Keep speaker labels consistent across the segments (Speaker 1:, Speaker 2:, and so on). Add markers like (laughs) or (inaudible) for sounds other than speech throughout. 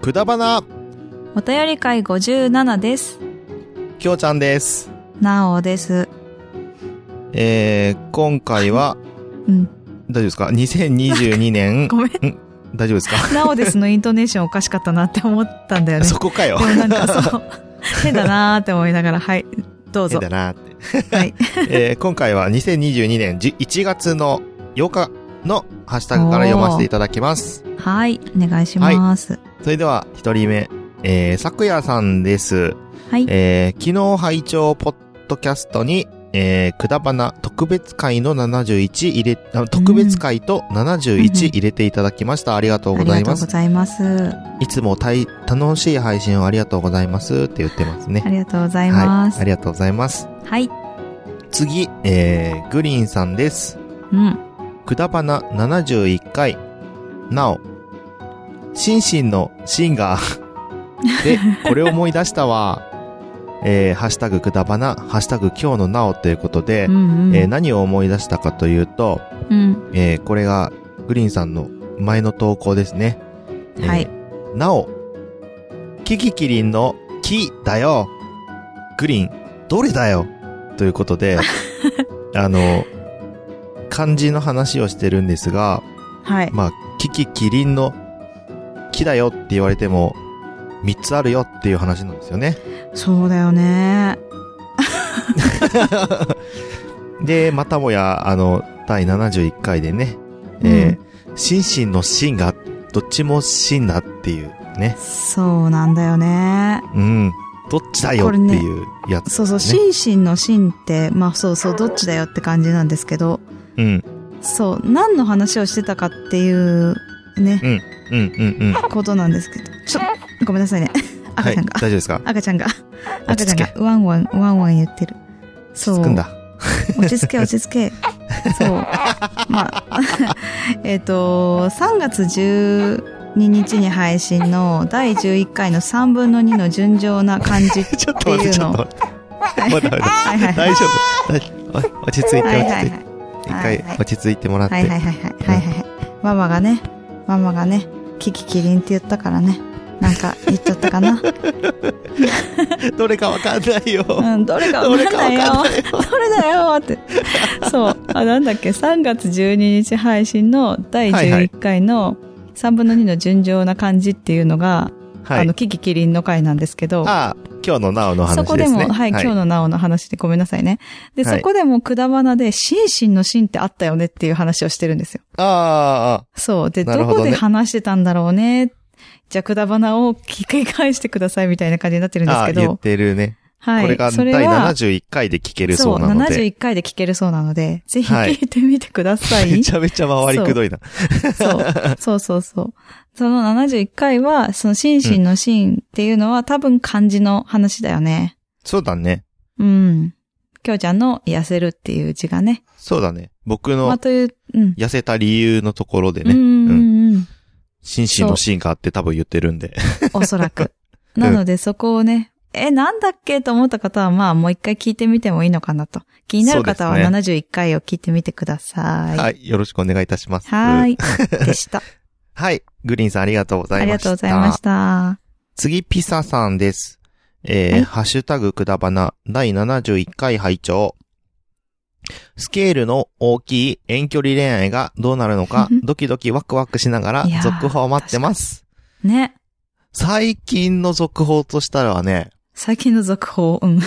Speaker 1: くだばな
Speaker 2: お便り会57です。
Speaker 1: きょうちゃんです。
Speaker 2: なおです。
Speaker 1: えー、今回は、
Speaker 2: うん。
Speaker 1: 大丈夫ですか ?2022
Speaker 2: (laughs)
Speaker 1: 年、
Speaker 2: ごめん。
Speaker 1: 大丈夫ですか、
Speaker 2: なおですのイントネーションおかしかったなって思ったんだよね。
Speaker 1: そこかよ
Speaker 2: で。もなん
Speaker 1: (laughs)
Speaker 2: かそう、変だなーって思いながら、はい。どう
Speaker 1: 変
Speaker 2: ぞ。
Speaker 1: だなって。
Speaker 2: はい。
Speaker 1: (laughs) えー、今回は2022年1月の8日のハッシュタグから読ませていただきます。
Speaker 2: はい。お願いします。
Speaker 1: それでは、一人目、えー、さくやさんです。
Speaker 2: はい。
Speaker 1: えー、昨日拝聴ポッドキャストに、えー、くだばな特別会の71入れ、あ特別会と71入れていただきました。ありがとう
Speaker 2: あ
Speaker 1: ご
Speaker 2: り
Speaker 1: ざ
Speaker 2: が
Speaker 1: い
Speaker 2: とう
Speaker 1: ま
Speaker 2: ご
Speaker 1: す。
Speaker 2: ざいます。あ
Speaker 1: いつもたい楽しい配信をありがとうございますって言ってますね。
Speaker 2: りがとうございます。
Speaker 1: はい。ありがとうございます。
Speaker 2: はい。
Speaker 1: 次、えー、グリーンさんです。
Speaker 2: うん。
Speaker 1: くだばな71回。なお、心身のシンガー。
Speaker 2: (laughs)
Speaker 1: で、これ思い出したわ。えー、ハッシュタグくだばな、ハッシュタグ今日のなおということで
Speaker 2: う、んうん。
Speaker 1: えー何を思い出したかというと、
Speaker 2: うん。
Speaker 1: えーこれがグリーンさんの前の投稿ですね。えー
Speaker 2: はい。
Speaker 1: なお、キキキリンの木だよ。グリーン、どれだよ。ということ
Speaker 2: (laughs)
Speaker 1: で、あの、漢字の話をしてるんですが、
Speaker 2: はい。
Speaker 1: まあ、キキキリンの木だよって言われても、三つあるよっていう話なんですよね。
Speaker 2: そうだよね。
Speaker 1: で、またもや、あの、第71回でね、えー心身の心が、どっちも心だっていうね。
Speaker 2: そうなんだよね。
Speaker 1: うん。どっちだよっていうやつ。
Speaker 2: そうそう、心身の心って、まあそうそう、どっちだよって感じなんですけど、
Speaker 1: うん。
Speaker 2: そう、何の話をしてたかっていう、ね、
Speaker 1: うんうんうん。
Speaker 2: ことなんですけど、ちょ、ごめんなさいね。
Speaker 1: は
Speaker 2: 赤
Speaker 1: い。
Speaker 2: ちゃん
Speaker 1: 大
Speaker 2: が、
Speaker 1: 丈夫ですか
Speaker 2: 赤ちゃんが、赤
Speaker 1: 落
Speaker 2: ち
Speaker 1: ち
Speaker 2: ゃん
Speaker 1: 着
Speaker 2: が
Speaker 1: け。、
Speaker 2: ワンワン、ワンワン言ってる。そう。
Speaker 1: 落ち着くんだ。 (laughs)
Speaker 2: 落ち着け、落ち着け。そう。まあ、 (laughs) えっと、3月12日に配信の第11回の3分の2の純情な感
Speaker 1: (laughs)
Speaker 2: じって
Speaker 1: ちょっと待って、
Speaker 2: いう
Speaker 1: ちょ
Speaker 2: の
Speaker 1: っ
Speaker 2: を
Speaker 1: と。待って。まだまだ
Speaker 2: はいはいはい。
Speaker 1: 大丈夫。大丈夫お落ち着いて、
Speaker 2: はい
Speaker 1: 落ち着い
Speaker 2: はいは
Speaker 1: て。
Speaker 2: い。
Speaker 1: 一
Speaker 2: はい
Speaker 1: 回落ち着いてもらっ
Speaker 2: はい
Speaker 1: て
Speaker 2: は。いはいはいはいはいはい。ママがね、ママがね、キキキリンって言ったからね。なんか言っちゃったかな。
Speaker 1: (laughs) どれかわかんないよ。
Speaker 2: うん、どれか
Speaker 1: ど
Speaker 2: わか
Speaker 1: れ
Speaker 2: ん
Speaker 1: か
Speaker 2: な
Speaker 1: わ
Speaker 2: いよ。
Speaker 1: かんないよ。
Speaker 2: どれだよって。そう。あ、なんだっけ、3月12日配信の第11回の3分の2の純情な感じっていうのが、
Speaker 1: は
Speaker 2: あの、
Speaker 1: い。
Speaker 2: キキキリンの回なんですけど、
Speaker 1: ああ、今日のなおの
Speaker 2: そ
Speaker 1: 話
Speaker 2: こ
Speaker 1: で
Speaker 2: ですも、
Speaker 1: ね。
Speaker 2: はい、今日のなおの話でごめんなさいね。で、
Speaker 1: はい
Speaker 2: そこでもくだばなで、心身の心ってあったよねっていう話をしてるんですよ。
Speaker 1: あ
Speaker 2: そう。で、
Speaker 1: な
Speaker 2: ど
Speaker 1: るほど
Speaker 2: こ
Speaker 1: ね
Speaker 2: で話してたんだろうね。じゃあ、くだばなを聞き返してくださいみたいな感じになって
Speaker 1: あ、
Speaker 2: るんです
Speaker 1: ああ、
Speaker 2: け
Speaker 1: 言っ
Speaker 2: ど。
Speaker 1: てるね。
Speaker 2: はい。
Speaker 1: これが
Speaker 2: そ
Speaker 1: 第
Speaker 2: れは
Speaker 1: 71回で聞けるそうなの
Speaker 2: そう、
Speaker 1: で。
Speaker 2: 71回で聞けるそうなので、ぜひ
Speaker 1: はい
Speaker 2: 聞いてみてください。
Speaker 1: (laughs)
Speaker 2: (laughs)
Speaker 1: めちゃめちゃ回りくどいな。
Speaker 2: そう。そうそうそう。その71回は、その心身の心っていうのは、多分漢字の話だよね。
Speaker 1: そうだね。
Speaker 2: うん。きょうちゃんの痩せるっていう字がね。
Speaker 1: そうだね。僕
Speaker 2: まあ、
Speaker 1: の
Speaker 2: という、うん。
Speaker 1: 痩せた理由のところで
Speaker 2: うん
Speaker 1: ね、
Speaker 2: うんうん。
Speaker 1: 心身の芯があって多分言ってるんで。
Speaker 2: おそらく。
Speaker 1: (laughs) うん
Speaker 2: なので、そこをね、え、なんだっけと思った方は、まあ、もう一回聞いてみてもいいのかなと。気になる方は
Speaker 1: そうです
Speaker 2: 71回を聞いてみてください。
Speaker 1: は。い。よろしくお願いいたします。
Speaker 2: はー。
Speaker 1: (laughs)
Speaker 2: い。 (laughs) でした。
Speaker 1: はい。グリーンさんありがとうござ
Speaker 2: あ
Speaker 1: い
Speaker 2: り
Speaker 1: ま
Speaker 2: が
Speaker 1: し
Speaker 2: と
Speaker 1: た。
Speaker 2: うございました。
Speaker 1: 次、ピサさんです。えー
Speaker 2: はい、
Speaker 1: ハッシュタグくだばな、第71回拝聴スケールの大きい遠距離恋愛がどうなるのか
Speaker 2: (laughs)
Speaker 1: ドキドキワクワクしながら
Speaker 2: いやー
Speaker 1: 続報を待ってます。
Speaker 2: ね。
Speaker 1: 最近の続報としたらね、
Speaker 2: 最近の続報。うん。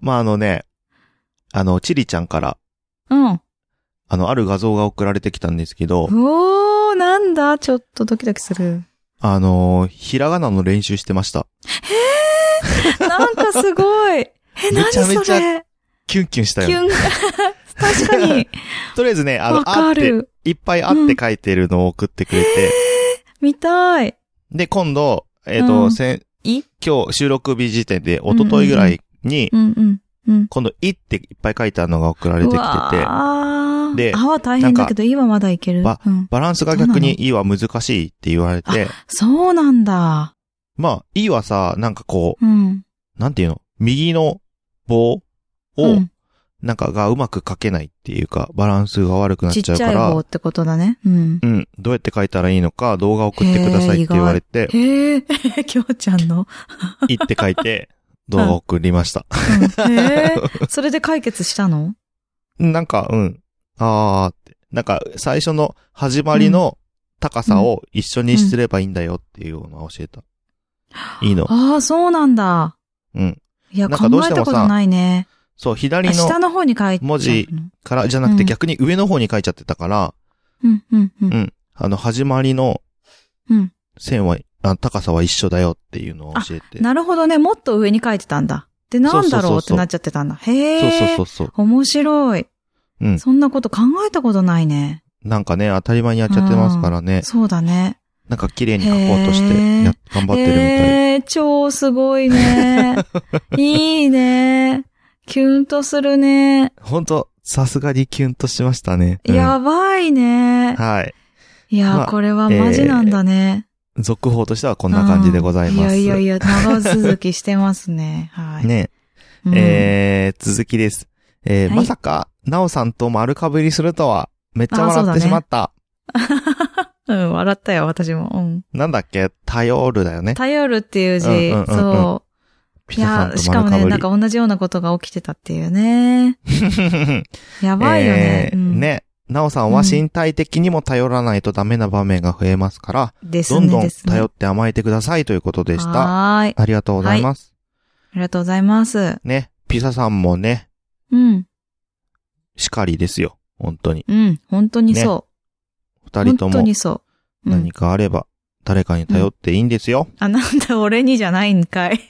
Speaker 1: まあ、あのね、あの、チリちゃんから、
Speaker 2: うん。
Speaker 1: あの、ある画像が送られてきたんですけど、
Speaker 2: おー、なんだちょっとドキドキする。
Speaker 1: あのーひらがなの練習してました。
Speaker 2: なんかすごい。え、
Speaker 1: め
Speaker 2: 何
Speaker 1: ちゃめちゃ
Speaker 2: それ
Speaker 1: キュンキュンした
Speaker 2: キ
Speaker 1: よ。
Speaker 2: ュン。確かに。
Speaker 1: とりあえずね、 (laughs) あの
Speaker 2: わ、
Speaker 1: あ
Speaker 2: か
Speaker 1: って、
Speaker 2: る。
Speaker 1: いっぱいあって書いてるのを送ってくれて、
Speaker 2: 見たい。
Speaker 1: で、今度、えっ、と、
Speaker 2: うん
Speaker 1: せん
Speaker 2: い
Speaker 1: 今日収録日時点で、一昨日ぐらいに、
Speaker 2: うんうん。うん。
Speaker 1: 今度、いっていっぱい書いたのが送られてきてて、
Speaker 2: あ
Speaker 1: で
Speaker 2: あは大変だけど、今まだいける。
Speaker 1: ば
Speaker 2: うん、
Speaker 1: バランスが逆にいいは難しいって言われて、
Speaker 2: そうなんだ。
Speaker 1: まあ、いいはさ、なんかこ
Speaker 2: うん。
Speaker 1: う、なんていうの、右の棒を、
Speaker 2: うん
Speaker 1: なんかがうまく書けないっていうか、バランスが悪くなっ
Speaker 2: ちっ
Speaker 1: ちゃう
Speaker 2: ちゃ
Speaker 1: か
Speaker 2: い方
Speaker 1: ら
Speaker 2: っ、てことだね。うん。
Speaker 1: うん、どうやって書いたらいいのか、動画送ってくださいって言われて、
Speaker 2: へえ、 (laughs) きょうちゃんの。
Speaker 1: いいって書い
Speaker 2: (laughs)
Speaker 1: て、動画送りました。 (laughs)
Speaker 2: うんへえ、それで解決したの
Speaker 1: なんか、うん、あーって。なんか、最初の始まりの高さを一緒にすればいいんだよっていうのは教えた。いいの。
Speaker 2: ああ、そうなんだ。
Speaker 1: うん。
Speaker 2: いや、
Speaker 1: なん
Speaker 2: 考
Speaker 1: かどう
Speaker 2: え
Speaker 1: して
Speaker 2: た
Speaker 1: もさ
Speaker 2: ことないね。
Speaker 1: そう、
Speaker 2: あ
Speaker 1: 左
Speaker 2: 下
Speaker 1: の
Speaker 2: の方に書いて
Speaker 1: 文字から、じゃなく
Speaker 2: う
Speaker 1: て
Speaker 2: ん
Speaker 1: 逆に上の方に書いちゃってたから、
Speaker 2: うん、うん、
Speaker 1: う
Speaker 2: う。
Speaker 1: んん。あの、始まりの
Speaker 2: うん。
Speaker 1: 線は、あ高さは一緒だよっていうのを教えて。
Speaker 2: なるほどね。もっと上に書いてたんだ。で、なんだろうってなっちゃってたんだ。へえ。
Speaker 1: そうそうそうそう。
Speaker 2: 面白い。
Speaker 1: うん
Speaker 2: そんなこと考えたことないね。
Speaker 1: なんかね、当たり前にやっちゃってますからね。
Speaker 2: そうだね。
Speaker 1: なんか綺麗に書こうとして、や、頑張ってるみたい。
Speaker 2: へえ、超すご
Speaker 1: (laughs)
Speaker 2: いね。いいね。キュンとするね。
Speaker 1: ほんと、さすがにキュンとしましたね。うん
Speaker 2: やばいね。
Speaker 1: はい。
Speaker 2: いや、
Speaker 1: まあ
Speaker 2: これはマジなんだね。
Speaker 1: 続報としてはこんな感じでございます。
Speaker 2: うんいやいやいや、長続きしてますね。はい。
Speaker 1: ね、
Speaker 2: うん
Speaker 1: えー、続きです。えー
Speaker 2: はい
Speaker 1: まさか、なおさんと丸かぶりするとは、めっちゃ
Speaker 2: あそ
Speaker 1: 笑っ
Speaker 2: うだ
Speaker 1: て
Speaker 2: ね
Speaker 1: しまった。
Speaker 2: うん、笑ったよ、私も。うん。
Speaker 1: なんだっけ頼るだよね。
Speaker 2: 頼るっていう字、
Speaker 1: うんうんうんうん
Speaker 2: そ
Speaker 1: ピ
Speaker 2: う。い
Speaker 1: ザさん
Speaker 2: や、し
Speaker 1: と
Speaker 2: かも
Speaker 1: 丸か
Speaker 2: ね、
Speaker 1: ぶ
Speaker 2: なん
Speaker 1: り。
Speaker 2: か同じようなことが起きてたっていうね。
Speaker 1: (laughs)
Speaker 2: やばいよね。
Speaker 1: えー
Speaker 2: うん、
Speaker 1: ね。なおさんは身体的にも頼らないとダメな場面が増えますから、
Speaker 2: です
Speaker 1: どん
Speaker 2: ね。
Speaker 1: どん
Speaker 2: ですね
Speaker 1: 頼って甘えてくださいということでした。
Speaker 2: はーい。あ
Speaker 1: ありがとうございます。
Speaker 2: りがとうございます。
Speaker 1: ね。ピザさんもね、
Speaker 2: うん。
Speaker 1: しかりですよ。本当に。
Speaker 2: うん。本当にそ
Speaker 1: 二
Speaker 2: う。
Speaker 1: 人と
Speaker 2: 本
Speaker 1: も
Speaker 2: 当にそう。うん
Speaker 1: 何かあれば、誰かに頼っていいんですよ。
Speaker 2: あ、なんだ、俺にじゃないん
Speaker 1: (laughs)
Speaker 2: かい。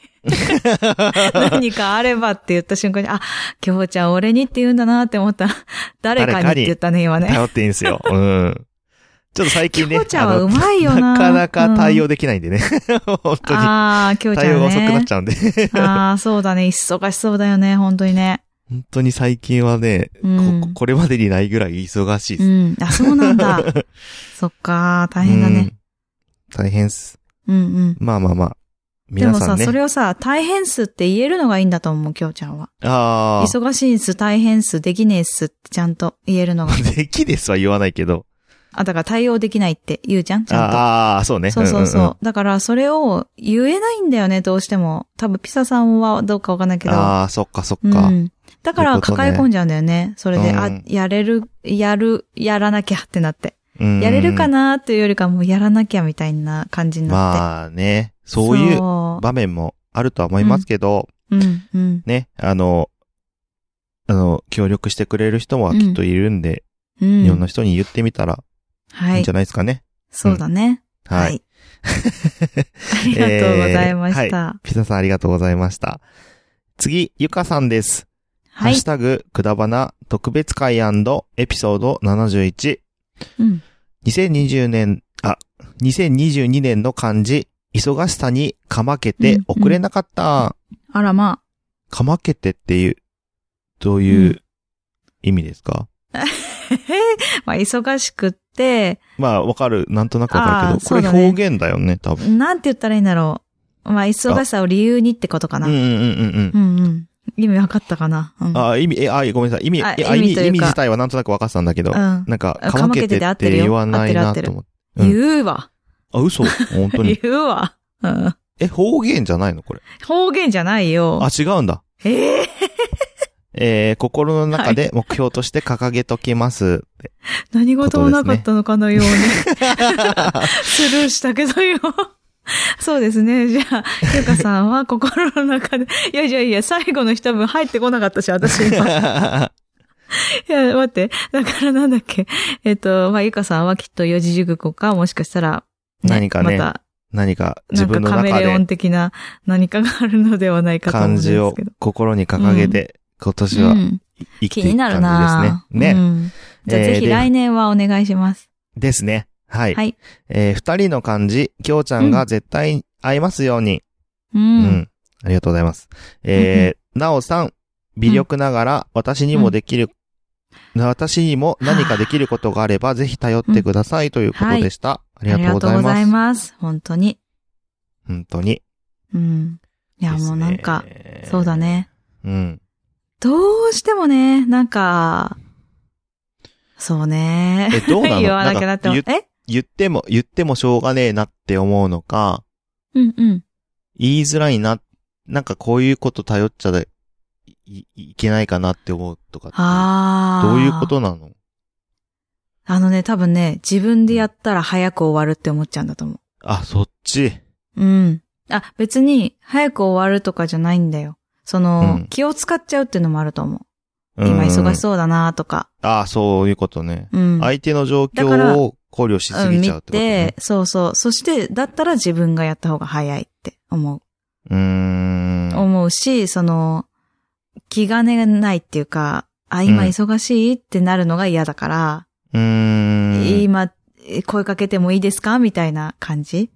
Speaker 2: 何かあればって言った瞬間に、あ、きょうちゃん俺にって言うんだなって思った。誰かにって言ったね、今ね。
Speaker 1: 頼っていいんです
Speaker 2: (laughs)
Speaker 1: よ。うん。ちょっと最
Speaker 2: き
Speaker 1: 近ね。
Speaker 2: ょうちゃんは
Speaker 1: あの
Speaker 2: うまいよな。
Speaker 1: なかなか対
Speaker 2: う
Speaker 1: 応できないんでね。 (laughs) 本
Speaker 2: ん
Speaker 1: 当に。
Speaker 2: ああ、きょうちゃん、ね。
Speaker 1: 対応が遅くなっちゃうんで。 (laughs)
Speaker 2: ああ、そうだね。忙しそうだよね、本当にね。
Speaker 1: 本当に最近はね、
Speaker 2: うん
Speaker 1: こ、これまでにないぐらい忙しいで
Speaker 2: う
Speaker 1: す。
Speaker 2: ん。あ、そうな
Speaker 1: (laughs)
Speaker 2: んだ。そっか、大変だね。
Speaker 1: うん。大変っす。
Speaker 2: うんうん。
Speaker 1: まあまあまあ。
Speaker 2: で
Speaker 1: 皆
Speaker 2: も
Speaker 1: さ
Speaker 2: さ、
Speaker 1: んね。
Speaker 2: それをさ、大変数って言えるのがいいんだと思う、きょうちゃんは。
Speaker 1: ああ。
Speaker 2: 忙しいんす、大変数、できねえっすってちゃんと言えるのが。
Speaker 1: (laughs) できですは言わないけど。
Speaker 2: あ、だから対応できないって言うじゃん、ちゃんと。
Speaker 1: ああ、そうね。
Speaker 2: そうそうそう。
Speaker 1: んんん
Speaker 2: だから、それを言えないんだよね、どうしても。多分、ピサさんはどうかわかんないけど。
Speaker 1: ああ、そっかそっ
Speaker 2: う
Speaker 1: か。
Speaker 2: ん。だか
Speaker 1: そうい
Speaker 2: ら、
Speaker 1: うこと
Speaker 2: 抱
Speaker 1: ね
Speaker 2: え込んじゃうんだよね。それで、
Speaker 1: うん
Speaker 2: あ、やれる、やる、やらなきゃってなって。
Speaker 1: うん
Speaker 2: やれるかなっていうよりか、もうやらなきゃみたいな感じになって。
Speaker 1: まあね、そういう
Speaker 2: そ
Speaker 1: 場面もあるとは思いますけど、
Speaker 2: う。うん、うん、
Speaker 1: ね、あの、あの、協力してくれる人はきっといるんで、
Speaker 2: うん。
Speaker 1: いろんな人に言ってみたらい
Speaker 2: はい
Speaker 1: ん
Speaker 2: い
Speaker 1: じゃ。ないですかね。
Speaker 2: そうだね。
Speaker 1: は。
Speaker 2: はいい。 (laughs) ありがとうございまし
Speaker 1: えー
Speaker 2: た。
Speaker 1: ピザさんありがとうございました。次、ゆかさんです。
Speaker 2: は
Speaker 1: ハッ
Speaker 2: い
Speaker 1: シュ。タグ、くだばな、特別会エピソード71。
Speaker 2: うん。
Speaker 1: 2020年、あ、2022年の漢字、忙しさにかまけ
Speaker 2: う
Speaker 1: て
Speaker 2: ん
Speaker 1: 遅れなかった。
Speaker 2: あら、ま
Speaker 1: かまけてっていう、どういうう意味ですか、
Speaker 2: あ。まあ、忙しくって、
Speaker 1: まあ、わかる。なんとなくわかるけど、
Speaker 2: あ
Speaker 1: これ
Speaker 2: ーそうだね
Speaker 1: 表現だよね、多分。
Speaker 2: なんて言ったらいいんだろう。まあ、忙しさを理由にってことか
Speaker 1: うん
Speaker 2: な。
Speaker 1: う
Speaker 2: うんん、
Speaker 1: うんうんうん
Speaker 2: う。ん。意味わかったかな。うん。
Speaker 1: あー、意味、え、あー、ごめんなさい。意味、
Speaker 2: あ
Speaker 1: えあ意
Speaker 2: 意
Speaker 1: 味
Speaker 2: 味というか
Speaker 1: 意味自体はなんとなくわかってたんだけど、
Speaker 2: うん
Speaker 1: なんか、
Speaker 2: あ
Speaker 1: かまけて
Speaker 2: かまけてで合
Speaker 1: っ
Speaker 2: って
Speaker 1: て
Speaker 2: るよ
Speaker 1: 言わないなと思って。うん
Speaker 2: 言うわ。
Speaker 1: あ、嘘本当
Speaker 2: 言
Speaker 1: に。
Speaker 2: うわ。うん。
Speaker 1: え、方言じゃないのこれ。
Speaker 2: 方言じゃないよ
Speaker 1: あ。、違うんだ。
Speaker 2: ええ
Speaker 1: えー、心の中で目標として掲げとき
Speaker 2: (laughs)
Speaker 1: ます。
Speaker 2: 何事もなかったのかのように。スルーしたけどよ。そうですね。じゃあ、ゆかさんは心の中で、いやいやいや、最後の一文入ってこなかったし、私今。い (laughs) や、待って。だからなんだっけ。えっと、まあ、ゆかさんはきっと四字熟語か、もしかしたら、
Speaker 1: 何かね
Speaker 2: また、
Speaker 1: 何か
Speaker 2: な
Speaker 1: 自
Speaker 2: んか
Speaker 1: 分の
Speaker 2: カメ
Speaker 1: 中
Speaker 2: レオ
Speaker 1: で
Speaker 2: ン的な何かがあるのではないかと思うん
Speaker 1: 漢
Speaker 2: ですけ
Speaker 1: 字
Speaker 2: ど。
Speaker 1: を心に掲げて、今年
Speaker 2: う
Speaker 1: は
Speaker 2: ん、
Speaker 1: 生きて
Speaker 2: 気
Speaker 1: いく
Speaker 2: になる
Speaker 1: 感
Speaker 2: な
Speaker 1: じですね。
Speaker 2: う
Speaker 1: ね。
Speaker 2: んじゃあ
Speaker 1: えー
Speaker 2: ぜひ
Speaker 1: で
Speaker 2: 来年はお願いします。
Speaker 1: ですね。はい。
Speaker 2: はい
Speaker 1: えー二人の漢字、きょうちゃんが絶対会いますように。
Speaker 2: う。
Speaker 1: うんありがとうございます。えー、なおさん、微力ながら私にもできる、私にも何かできることがあれば、ぜひ頼ってくださいということでした。
Speaker 2: あ
Speaker 1: あり
Speaker 2: り
Speaker 1: がと
Speaker 2: が
Speaker 1: うご
Speaker 2: と
Speaker 1: ざ
Speaker 2: う
Speaker 1: い
Speaker 2: ご
Speaker 1: ま
Speaker 2: ざ
Speaker 1: す。
Speaker 2: います。本当に。
Speaker 1: 本当に。
Speaker 2: うん。いや、
Speaker 1: ですね
Speaker 2: もうなんか、そうだ。ね。
Speaker 1: うん。
Speaker 2: どうしてもね、なんか、そうね。
Speaker 1: え、どうなの
Speaker 2: (laughs) 言わ
Speaker 1: な
Speaker 2: なんくな
Speaker 1: か
Speaker 2: っても
Speaker 1: 言。
Speaker 2: え
Speaker 1: 言っても、言ってもしょうがねえなって思うのか、
Speaker 2: うんうん。
Speaker 1: 言いづらいな、なんかこういうこと頼っちゃだいいいけないかなって思うとかって
Speaker 2: ああ。
Speaker 1: どういうことなの
Speaker 2: あのね、多分ね、自分でやったら早く終わるって思っちゃうんだと思
Speaker 1: あ、そっち。
Speaker 2: う。うん。あ、別に、早く終わるとかじゃないんだよ。その、
Speaker 1: うん
Speaker 2: 気を使っちゃうっていうのもあると思う。
Speaker 1: うん
Speaker 2: 今忙しそうだなとか。
Speaker 1: あ、そういうことね。
Speaker 2: うん。
Speaker 1: 相手の状
Speaker 2: だから
Speaker 1: 況を考慮しす
Speaker 2: うん
Speaker 1: ぎ
Speaker 2: 見
Speaker 1: ちゃうってことね
Speaker 2: て、。そうそう。そして、だったら自分がやった方が早いって思う。
Speaker 1: うーん。
Speaker 2: 思うし、その、気兼ねがないっていうか、あ、今
Speaker 1: うん
Speaker 2: 忙しいってなるのが嫌だから、
Speaker 1: うーん。
Speaker 2: 今、え声かけてもいいですかみたいな感じ。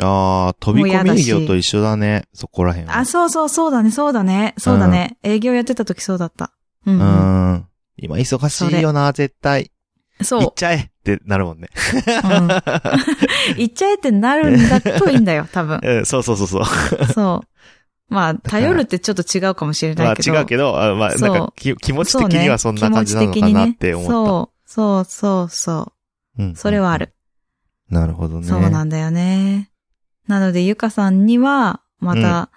Speaker 1: ああ、飛び込み営業と一緒だね。そこら辺は。
Speaker 2: あ、そうそう、そうだね、そうだね、そうだね。営業やってた時そうだった。うん
Speaker 1: う
Speaker 2: うん。
Speaker 1: ーん。今忙しいよな、絶対。
Speaker 2: そう。
Speaker 1: 行っちゃえってなるもん
Speaker 2: (laughs)
Speaker 1: ね。
Speaker 2: うん行っちゃえってなるんだといい
Speaker 1: (laughs)
Speaker 2: んだよ、多分。
Speaker 1: うんそうそうそうそう。
Speaker 2: そう。まあ、
Speaker 1: から
Speaker 2: 頼るってちょっと違うかもしれ
Speaker 1: ま
Speaker 2: な
Speaker 1: あ
Speaker 2: いけど。
Speaker 1: 違うけど、あまあ
Speaker 2: そ
Speaker 1: な
Speaker 2: うん
Speaker 1: かき気持ち
Speaker 2: そう
Speaker 1: 的
Speaker 2: ね
Speaker 1: にはそんな感じなのかなって思っ
Speaker 2: 気持ち的にねそう、そう、そう、
Speaker 1: た。うん
Speaker 2: そう。それはある。。
Speaker 1: なるほどね。
Speaker 2: そうなんだよね。なので、ゆかさんには、また、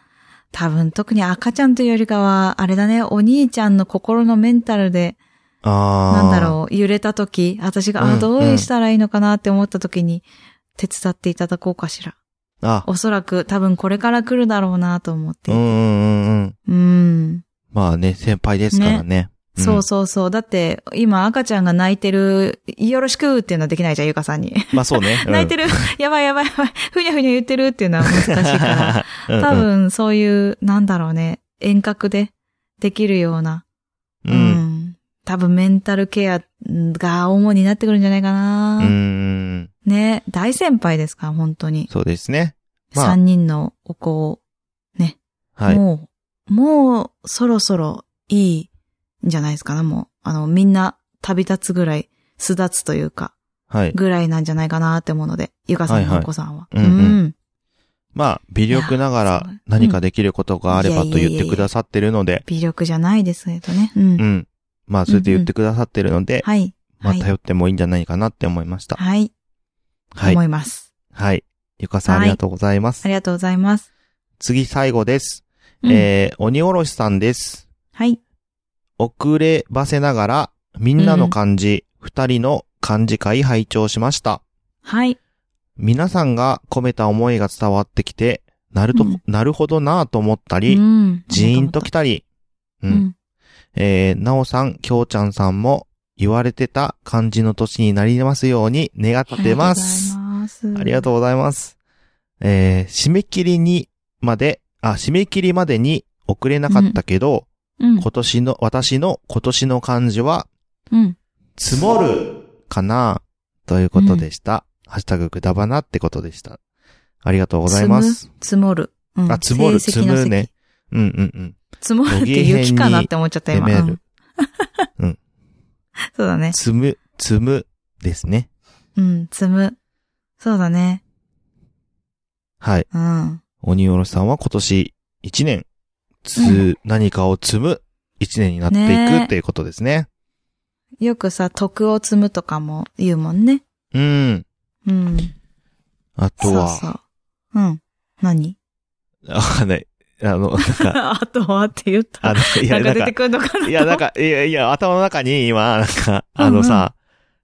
Speaker 2: 多分特に赤ちゃんというよりかは、あれだね、お兄ちゃんの心のメンタルで、
Speaker 1: ああ。
Speaker 2: なんだろう、揺れた時、私が、
Speaker 1: うん
Speaker 2: あ、どうしたらいいのかなって思った時に、手伝っていただこうかしら。
Speaker 1: う。あ、
Speaker 2: おそらく多分これから来るだろうなと思
Speaker 1: うん
Speaker 2: っ
Speaker 1: う
Speaker 2: て。
Speaker 1: んうんうん。
Speaker 2: うん。
Speaker 1: まあね、先輩ですからね。ん
Speaker 2: そうそうそう。だって、今赤ちゃんが泣いてる、よろしくっていうのはできないじゃん、ゆかさんに。。
Speaker 1: まあそうね
Speaker 2: (laughs) 泣いて
Speaker 1: る (laughs)
Speaker 2: る、やばいやばいやばい、ふにゃふにゃ言ってるっていうのは難しい
Speaker 1: (laughs)
Speaker 2: から。
Speaker 1: ら
Speaker 2: 多分そういう、なんだろうね、遠隔でできるような。
Speaker 1: う。
Speaker 2: うんん多分メンタルケアが主になってくるんじゃないか
Speaker 1: う
Speaker 2: な。
Speaker 1: ん。
Speaker 2: ね、大先輩ですから、本当に。
Speaker 1: そうですね。まあ
Speaker 2: 三人のお子を、ね、
Speaker 1: はい。
Speaker 2: もう、もうそろそろいいんじゃないですかね、もう。あの、みんな旅立つぐらい、巣立つというか、
Speaker 1: はい。
Speaker 2: ぐらいなんじゃないかなって思うので、ゆかさん
Speaker 1: はいは
Speaker 2: の
Speaker 1: い
Speaker 2: お子さんは。
Speaker 1: うんうんまあ、微力なが
Speaker 2: いや
Speaker 1: ら
Speaker 2: そう
Speaker 1: 何かできることがあれば
Speaker 2: うん
Speaker 1: と言ってくださってるので、
Speaker 2: 微力じゃないですけどね。うん。
Speaker 1: うん。まあ、それで言ってくださってるので、
Speaker 2: はい。
Speaker 1: まあ、
Speaker 2: はい。
Speaker 1: 頼ってもいいんじゃないかなって思いました。
Speaker 2: はい。
Speaker 1: はい
Speaker 2: 思。います。
Speaker 1: はい。ゆかさんありがとうございます
Speaker 2: あ。りがとうございます。
Speaker 1: 次最後です。
Speaker 2: うん
Speaker 1: えー、鬼おろしさんです。
Speaker 2: はい。
Speaker 1: 遅ればせながら、みんなの漢字、二、人の漢字会拝聴しました。
Speaker 2: はい。
Speaker 1: 皆さんが込めた思いが伝わってきて、なると、
Speaker 2: うん
Speaker 1: なるほどなぁと思ったり、
Speaker 2: ん
Speaker 1: ジーンときたり、う。
Speaker 2: うんん。
Speaker 1: えー、なおさん、きょうちゃんさんも、言われてた漢字の年になりますように願ってます。ありがと
Speaker 2: う
Speaker 1: うございます。えー、締め切りにまで、あ、締め切りまでに遅れなかったけど、
Speaker 2: ございます。
Speaker 1: 今年の、私の今年の漢字は、
Speaker 2: うん。うん。
Speaker 1: 積もるかなということでした。ハッシュタグくだばなってことでした。ありがとうございます。
Speaker 2: 積もる。うん
Speaker 1: あ積もる
Speaker 2: 成績の
Speaker 1: 積むね
Speaker 2: 積
Speaker 1: うんうんうん。
Speaker 2: 積もるって雪かなって思っちゃった
Speaker 1: で
Speaker 2: 今。
Speaker 1: メー
Speaker 2: う
Speaker 1: ル
Speaker 2: ん。 (laughs) そうだね。
Speaker 1: 積む、積むですね。
Speaker 2: うん、積む。そうだね。
Speaker 1: はい。
Speaker 2: うん。
Speaker 1: 鬼おろしさんは今年1年、つ、何かを積む1年になってい
Speaker 2: ね
Speaker 1: く
Speaker 2: え
Speaker 1: っていうことですね。
Speaker 2: よくさ、徳を積むとかも言うもんね。
Speaker 1: うん。
Speaker 2: うん。
Speaker 1: あと
Speaker 2: そう
Speaker 1: は、
Speaker 2: そう。うん。何
Speaker 1: わかんない。 (laughs) あの、なん
Speaker 2: (laughs)
Speaker 1: か、
Speaker 2: あとはって言っ
Speaker 1: あ
Speaker 2: た。
Speaker 1: の、い
Speaker 2: な
Speaker 1: や、
Speaker 2: ん
Speaker 1: なん
Speaker 2: か出
Speaker 1: か
Speaker 2: て、くるのかない
Speaker 1: や、なん
Speaker 2: か、
Speaker 1: か、いや、いや、頭の中に今、なんか、あ
Speaker 2: うんう
Speaker 1: の
Speaker 2: ん
Speaker 1: さ、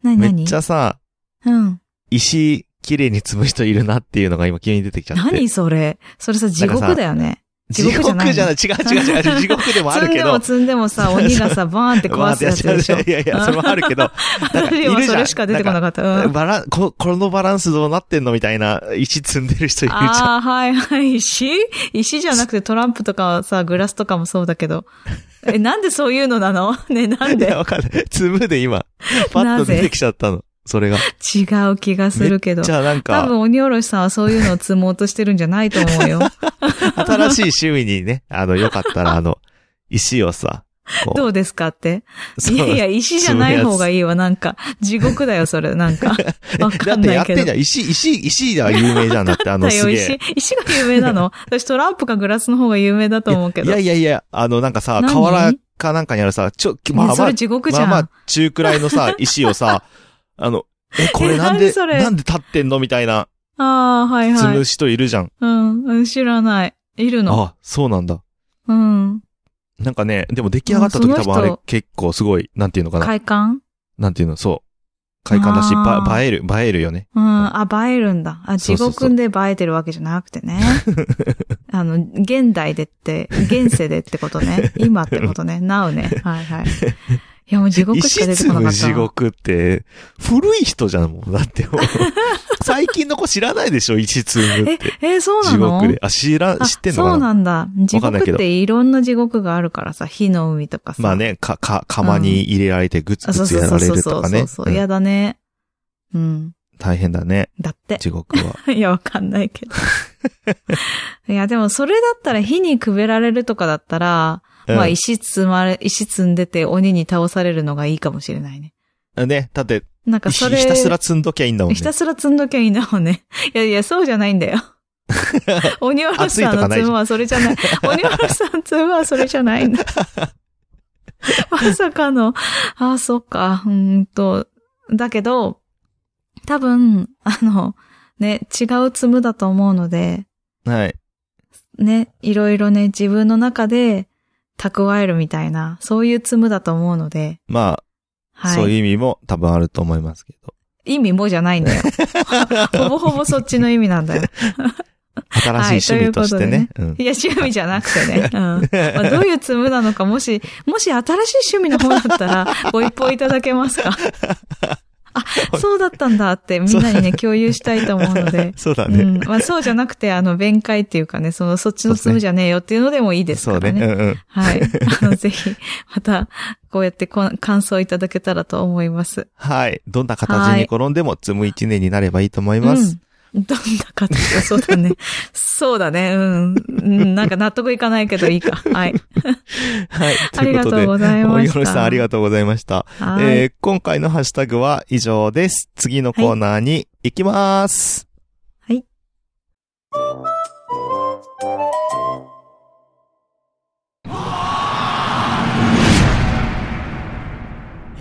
Speaker 2: 何
Speaker 1: め
Speaker 2: 何
Speaker 1: っちゃさ、
Speaker 2: うん。
Speaker 1: 石、綺麗に積む人いるなっていうのが今急に出てきちゃって。
Speaker 2: 何それそれさ、地獄だよね。
Speaker 1: 地
Speaker 2: 地獄じゃない
Speaker 1: 獄じゃない。違う違う違う。地獄でもあ
Speaker 2: 積
Speaker 1: る
Speaker 2: ん
Speaker 1: け
Speaker 2: で
Speaker 1: ど
Speaker 2: も。積んでもさ、鬼がさ、バーンって壊すやつでしょ
Speaker 1: まあ。 (laughs) いやいやいや、それもあるけ
Speaker 2: (laughs)
Speaker 1: ど。なんかい
Speaker 2: 私は
Speaker 1: るじ
Speaker 2: そ
Speaker 1: ゃん。
Speaker 2: れしか出てこなかった。
Speaker 1: な
Speaker 2: うんん
Speaker 1: かバランこ、このバランスどうなってんのみたいな、石積んでる人いるじゃん。
Speaker 2: ああ、はいはい。石石じゃなくてトランプとかさ、グラスとかもそうだ
Speaker 1: (laughs)
Speaker 2: けど。え、なんでそういうのなの (laughs) ね、な
Speaker 1: (laughs)
Speaker 2: ん
Speaker 1: い
Speaker 2: で
Speaker 1: や、わかんない。積むで今、パッと
Speaker 2: なぜ
Speaker 1: 出てきちゃったの。それが。
Speaker 2: 違う気がするけど。
Speaker 1: じ
Speaker 2: 多
Speaker 1: ゃあなんか、
Speaker 2: 分、鬼おろしさんはそういうのを積もうとしてるんじゃないと思
Speaker 1: (laughs)
Speaker 2: うよ。
Speaker 1: 新しい趣味にね、あの、よかったら、あの、石をさ、こ
Speaker 2: どうですかって。
Speaker 1: そう
Speaker 2: いやいや、石じゃない方がいいわ。なんか、地獄だよ、それ。なん
Speaker 1: (laughs)
Speaker 2: か。わ
Speaker 1: だ
Speaker 2: か
Speaker 1: っ
Speaker 2: ん
Speaker 1: て
Speaker 2: な
Speaker 1: や
Speaker 2: い
Speaker 1: って
Speaker 2: け
Speaker 1: ん
Speaker 2: ど。
Speaker 1: じゃん。石、石、石では有名じゃんだって、あの、
Speaker 2: (laughs) だ
Speaker 1: す
Speaker 2: よ、
Speaker 1: げえ。(laughs)
Speaker 2: 石。石が有名なの私トランプかグラスの方が有名だと思うけ
Speaker 1: い
Speaker 2: ど。
Speaker 1: やいやいや、あの、なんかさ、
Speaker 2: 何
Speaker 1: 河原かなんかにあるさ、ちょ、
Speaker 2: い
Speaker 1: ま
Speaker 2: や
Speaker 1: あ
Speaker 2: そ
Speaker 1: まあ
Speaker 2: れ、地獄じ
Speaker 1: ま
Speaker 2: ゃ
Speaker 1: あ
Speaker 2: ん。
Speaker 1: まあ、中くらいの
Speaker 2: (laughs)
Speaker 1: さ、石をさ、あの、え、これなん
Speaker 2: え何
Speaker 1: で、
Speaker 2: それ
Speaker 1: なんで立ってんのみたいな、
Speaker 2: ああ、はい
Speaker 1: 積
Speaker 2: はい
Speaker 1: む。人いるじゃん。
Speaker 2: うん、うん、知らない。いるの。
Speaker 1: あ、そうなんだ。
Speaker 2: うん。
Speaker 1: なんかね、でも出来上がった時
Speaker 2: う
Speaker 1: 多
Speaker 2: んその人
Speaker 1: 分あれ結構すごい、なんていうのかな。
Speaker 2: 快感
Speaker 1: なんていうの、そう。快感だし、
Speaker 2: あー
Speaker 1: ば映える、映えるよね。
Speaker 2: うん、あ、映えるんだ。あ、
Speaker 1: そう
Speaker 2: 地
Speaker 1: そうそう
Speaker 2: 獄で映えてるわけじゃなく
Speaker 1: (laughs)
Speaker 2: てね。あの、現代でって、現世でってことね。
Speaker 1: (laughs)
Speaker 2: 今ってことね。now ね。はいはい。いや、もう地獄しか
Speaker 1: 石
Speaker 2: 出てこ
Speaker 1: 積
Speaker 2: なか
Speaker 1: む
Speaker 2: っ
Speaker 1: 地
Speaker 2: たわ。
Speaker 1: 獄って、古い人じゃん、もう。だって
Speaker 2: (laughs)
Speaker 1: もう最近の子知らないでしょ、石積むっ
Speaker 2: え
Speaker 1: て。、
Speaker 2: え、そうな
Speaker 1: 地
Speaker 2: の
Speaker 1: 獄で。あ、知ら、
Speaker 2: あ
Speaker 1: 知ってんのか
Speaker 2: そう
Speaker 1: な
Speaker 2: なんだ。地
Speaker 1: かんないけ
Speaker 2: 獄
Speaker 1: ど
Speaker 2: っていろんな地獄があるからさ、火の海とかさ。
Speaker 1: まあ。ね、か、か、釜に入れられてグツ
Speaker 2: あ、
Speaker 1: グ
Speaker 2: そう
Speaker 1: ツ
Speaker 2: そう
Speaker 1: や
Speaker 2: そ
Speaker 1: ら
Speaker 2: う
Speaker 1: れ
Speaker 2: そう
Speaker 1: る
Speaker 2: そ
Speaker 1: と
Speaker 2: う
Speaker 1: か
Speaker 2: そう
Speaker 1: ね。
Speaker 2: そうう。
Speaker 1: ん
Speaker 2: 嫌だね。うん。
Speaker 1: 大変だね、
Speaker 2: だって。
Speaker 1: 地獄は。
Speaker 2: いや、わかんない
Speaker 1: (laughs)
Speaker 2: けど。いや、でもそれだったら火にくべられるとかだったら、
Speaker 1: うん
Speaker 2: (laughs) まあ石積まれ、石積んでて鬼に倒されるのがいいかもしれないね。
Speaker 1: ね、だって、
Speaker 2: なんかそ
Speaker 1: 石
Speaker 2: れ、
Speaker 1: ひたすら積んどきゃいいんだもんね
Speaker 2: ひ。たすら積んどきゃいいんだもんね。 (laughs) いやいや、そうじゃない
Speaker 1: (laughs)
Speaker 2: んだよ。鬼おろしさんの積むはそれじゃない。鬼おろしさん積むはそれじゃないん
Speaker 1: (laughs)
Speaker 2: だ。まさかの、ああ、そっか、うーんと、だけど、多分、あの、ね、違う積むだと思うので、
Speaker 1: はい。
Speaker 2: ね、いろいろね、自分の中で蓄えるみたいな、そういう積むだと思うので、
Speaker 1: まあ、
Speaker 2: はい。
Speaker 1: そういう意味も多分あると思いますけ
Speaker 2: (laughs)
Speaker 1: ど。
Speaker 2: 意味もじゃな
Speaker 1: (laughs)
Speaker 2: いんだよ。ほぼほぼそっちの意味なんだよ。
Speaker 1: 新しい趣味としてね。うん。
Speaker 2: いや、趣味じゃなくてね。うん。 (laughs) まあ、どういうつむなのか、もし、もし新しい趣味の方だったら、ご一報いただけますかあ、そうだったんだって、みんなにね、共有したいと思うので
Speaker 1: そうだ (laughs)
Speaker 2: う
Speaker 1: ね
Speaker 2: ん。。まあ、そうじゃなくて、あの、弁解っていうかね、その、そっちのつむじゃねえよっていうのでもいいです
Speaker 1: そ
Speaker 2: か
Speaker 1: うね。
Speaker 2: ら
Speaker 1: う
Speaker 2: ね。
Speaker 1: んうん。 (laughs)
Speaker 2: はい。あの、ぜひ、また、こうやってこん感想いただけたらと思います。
Speaker 1: はい。どんな形に転んでも、積む一年になればいいと思います。
Speaker 2: うん。どんな形か、そうだ
Speaker 1: (laughs)
Speaker 2: ね。そうだね。うんうん。なんか納得いかないけどいいか。
Speaker 1: (laughs)
Speaker 2: はい。
Speaker 1: はい。
Speaker 2: (laughs) あ
Speaker 1: とい
Speaker 2: り
Speaker 1: う
Speaker 2: が
Speaker 1: こと
Speaker 2: とう
Speaker 1: で、
Speaker 2: ございま
Speaker 1: お
Speaker 2: し
Speaker 1: よ
Speaker 2: た。
Speaker 1: ろしさんありがとうございました。
Speaker 2: はい
Speaker 1: えー今回のハッシュタグは以上です。次のコーナーに行きます。
Speaker 2: はい。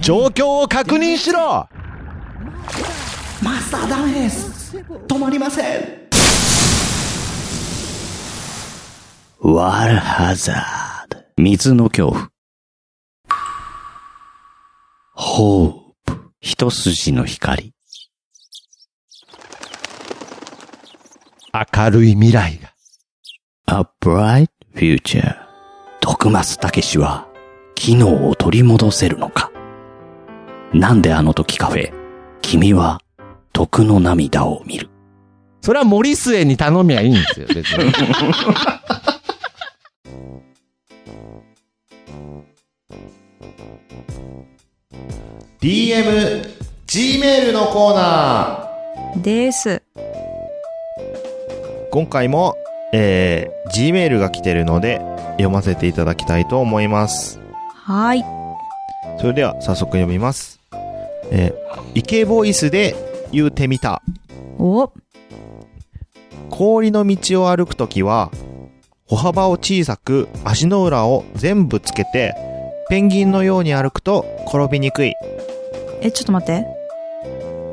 Speaker 1: 状況を確認しろ
Speaker 3: マスターダメです止まりませんワールハザード水の恐怖ホープ一筋の光明るい未来が A bright future 徳松武氏は機能を取り戻せるのかなんであの時カフェ君は徳の涙を見る。
Speaker 4: それは森末に頼みゃいいんですよ、別に。
Speaker 1: !DM、Gmail のコーナ
Speaker 2: です。
Speaker 1: ー今回も、えー、Gmail が来てるので、読ませていただきたいと思います。
Speaker 2: はい。
Speaker 1: それでは、早速読みます。えー、イケボイスで言うてみた。
Speaker 2: お、
Speaker 1: 氷の道を歩くときは、歩幅を小さく足の裏を全部つけて、ペンギンのように歩くと転びにくい。
Speaker 2: え、ちょっと待って。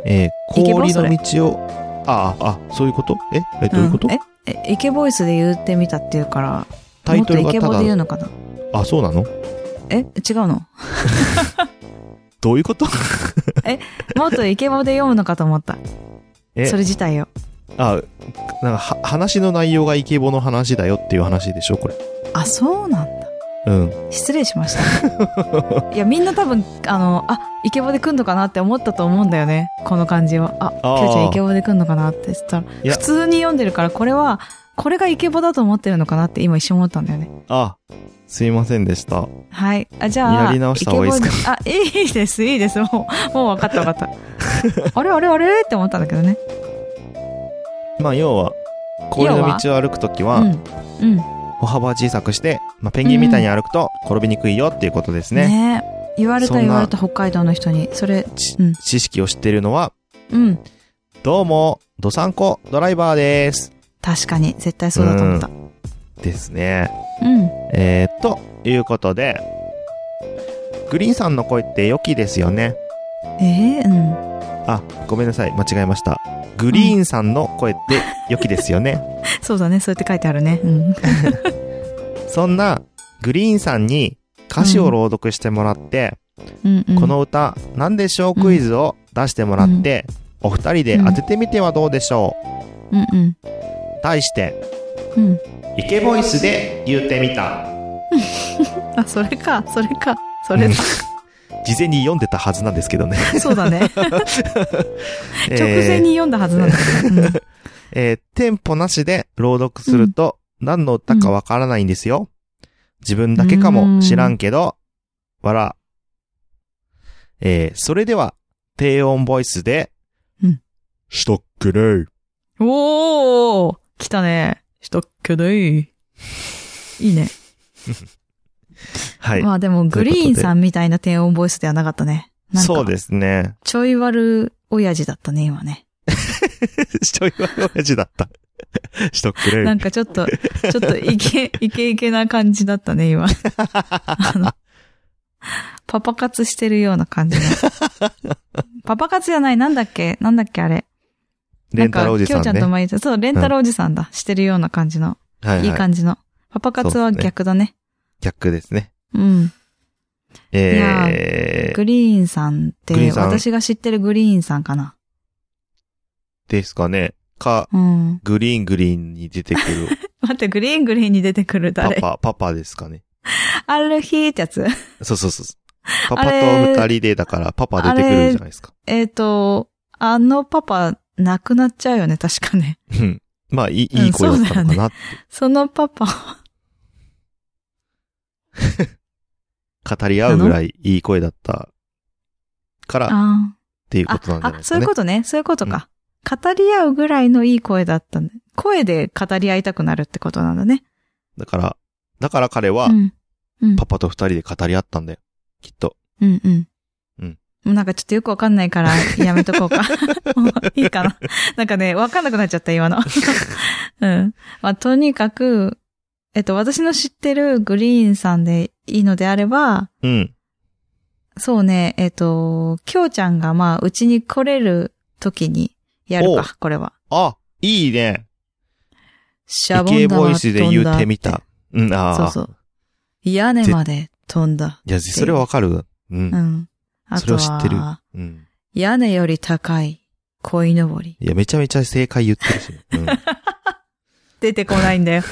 Speaker 1: えー
Speaker 2: イケボ
Speaker 1: 氷
Speaker 2: そ
Speaker 1: の
Speaker 2: れ
Speaker 1: 道を、ああ、あ、そういうことええ、どういうこと、
Speaker 2: んえ、え、イケボイスで言ってみたっていうから、
Speaker 1: タイトルが
Speaker 2: もっとイ
Speaker 1: た
Speaker 2: ケボで言
Speaker 1: だ、
Speaker 2: うのかな
Speaker 1: あ、そうなの
Speaker 2: え、違うの
Speaker 1: どういうこと
Speaker 2: もっとイケボで読むのかと思った。
Speaker 1: (laughs) え
Speaker 2: それ自体を。
Speaker 1: あ、なんかは、話の内容がイケボの話だよっていう話でしょこれ。
Speaker 2: あ、そうなんだ。
Speaker 1: うん。
Speaker 2: 失礼しました。いや、みんな多分、あの、あ、イケボで来んのかなって思ったと思うんだよね。この感じを。あ、
Speaker 1: あー
Speaker 2: きょうちゃんイケボで来んのかなって言ったら、
Speaker 1: いや
Speaker 2: 普通に読んでるから、これは、これがイケボだと思ってるのかなって今一瞬思ったんだよね。
Speaker 1: あ、すいませんでした。
Speaker 2: はい。あ、じゃあ。
Speaker 1: やり直した方がいいです
Speaker 2: かあ、いいです、いいです。もう、もう分かった分
Speaker 1: (laughs)
Speaker 2: かった。あれあれあれって思ったんだけどね。
Speaker 1: まあ、要は、氷の道を歩くときは、
Speaker 2: うん。うん。
Speaker 1: 歩幅を小さくして、まあ、ペンギンみたいに歩くと転びにくいよっていうことですね。
Speaker 2: ね言われ
Speaker 1: そ
Speaker 2: た
Speaker 1: んな
Speaker 2: 言われた北海道の人に。それ、
Speaker 1: ち
Speaker 2: うん
Speaker 1: 知識を知ってるのは、
Speaker 2: うん。
Speaker 1: どうも、ドサンコドライバーです。
Speaker 2: 確かに、絶対そうだと思った。
Speaker 1: ですね。
Speaker 2: うん。
Speaker 1: えー、ということで、グリーンさんの声って良きですよね。
Speaker 2: えー、うん。
Speaker 1: あ、ごめんなさい。間違えました。グリーンさんの声って良きですよね。
Speaker 2: そうだね。そうやって書いてあるね。うん。
Speaker 1: そんなグリーンさんに歌詞を朗読してもらって、
Speaker 2: うんうん、
Speaker 1: この歌なんでしょうクイズを出してもらって、お二人で当ててみてはどうでしょ
Speaker 2: うんうん。
Speaker 1: う。対して、
Speaker 2: うん。
Speaker 1: イケボイスで言ってみた。
Speaker 2: あ、それか。それか。それだ。
Speaker 1: 事前に読んでたはずなんですけどね。
Speaker 2: (laughs)
Speaker 1: (laughs)
Speaker 2: そうだね。
Speaker 1: えー
Speaker 2: 直前に読んだはずなんだけ (laughs) ど。うん
Speaker 1: えーテンポなしで朗読すると何の歌かわからないんですよ。自分だけかも知らんけど、わら。えーそれでは、低音ボイスで、
Speaker 2: うん
Speaker 1: しとっくれ。
Speaker 2: おー来たね。したっけね。いいね。
Speaker 1: はい。
Speaker 2: まあでも、
Speaker 1: とい
Speaker 2: グ
Speaker 1: うことで
Speaker 2: リーンさんみたいな低音ボイスではなかったね。なんか
Speaker 1: そうです
Speaker 2: (laughs)
Speaker 1: ね。
Speaker 2: ちょい悪親父だったね、今ね。
Speaker 1: ちょい悪親父だ
Speaker 2: (laughs)
Speaker 1: った。しとっく
Speaker 2: な
Speaker 1: れ。
Speaker 2: んかちょっと、ちょっとイ
Speaker 1: (laughs)
Speaker 2: ケ、イケイケな感じだったね、今。あの、パパ活してるような感じの。パパ活じゃない、なんだっけなんだっけあれ。
Speaker 1: レンタルおじさ
Speaker 2: なんかきょうちゃん
Speaker 1: ね。
Speaker 2: とまゆちゃん、そう、レンタルおじさんだ。してるような感じの。
Speaker 1: はい
Speaker 2: い
Speaker 1: はい。
Speaker 2: 感じの。パパ活は逆だね。
Speaker 1: 逆ですね。
Speaker 2: うん。
Speaker 1: えー、
Speaker 2: グリーンさんっ
Speaker 1: グリー
Speaker 2: て、
Speaker 1: ンさん
Speaker 2: 私が知ってるグリーンさんかな。
Speaker 1: ですかね。か、
Speaker 2: うん。
Speaker 1: グリーングリーンに出てく
Speaker 2: (laughs)
Speaker 1: る
Speaker 2: 待って、グリーングリーンに出てくる
Speaker 1: パ
Speaker 2: 誰。
Speaker 1: パ、パパですかね。
Speaker 2: ある日ってやつ。
Speaker 1: そうそうそうそう。パ
Speaker 2: あ
Speaker 1: パと
Speaker 2: れ
Speaker 1: 二人で、だから、パパ出てくるじゃないですか。
Speaker 2: えっ、と、あのパパ、亡くなっちゃうよね、確かね。
Speaker 1: うん。まあ、いい、
Speaker 2: うん
Speaker 1: いい子だったの
Speaker 2: そうだ
Speaker 1: かな。
Speaker 2: そのパパ、
Speaker 1: 語り合うぐらいいい声だったからっ
Speaker 2: あ
Speaker 1: ていう
Speaker 2: あ
Speaker 1: ことなんじゃない
Speaker 2: あ、
Speaker 1: です
Speaker 2: そ
Speaker 1: か
Speaker 2: ういう
Speaker 1: ね。
Speaker 2: ことね。そういうことか。語り合うぐらいのいい声だったんだ。声で語り合いたくなるってことなんだね。
Speaker 1: だから、だから彼は
Speaker 2: う、ん。うん。
Speaker 1: パパと二人で語り合ったんだよ。きっと。
Speaker 2: うんうん。
Speaker 1: うん
Speaker 2: もうなんかちょっとよくわかんないから、やめとこうか。 (laughs) もういいかな。なんかね、わかんなくなっちゃった、今の。 (laughs) うん。まあ、とにかく、えっと、私の知ってるグリーンさんでいいのであれば、
Speaker 1: うん。
Speaker 2: そうね、えっと、きょうちゃんがまあ、うちに来れる時にやる
Speaker 1: おう
Speaker 2: か、これは。
Speaker 1: あ、いいね。
Speaker 2: シャ
Speaker 1: イ
Speaker 2: ボン
Speaker 1: ケ
Speaker 2: 玉
Speaker 1: ボ
Speaker 2: は
Speaker 1: イスで
Speaker 2: 飛ん
Speaker 1: 言
Speaker 2: だ
Speaker 1: ってみた。。うん、ああ。
Speaker 2: そうそう。屋根まで飛んだ。
Speaker 1: いや、それはわかる。うん
Speaker 2: う。ん。あ
Speaker 1: それ
Speaker 2: と
Speaker 1: は知ってる
Speaker 2: は、
Speaker 1: うん。
Speaker 2: 屋根より高い鯉のぼり。
Speaker 1: いや、めちゃめちゃ正解言ってるし。
Speaker 2: (laughs)
Speaker 1: うん。
Speaker 2: 出てこない
Speaker 1: (laughs)
Speaker 2: んだよ。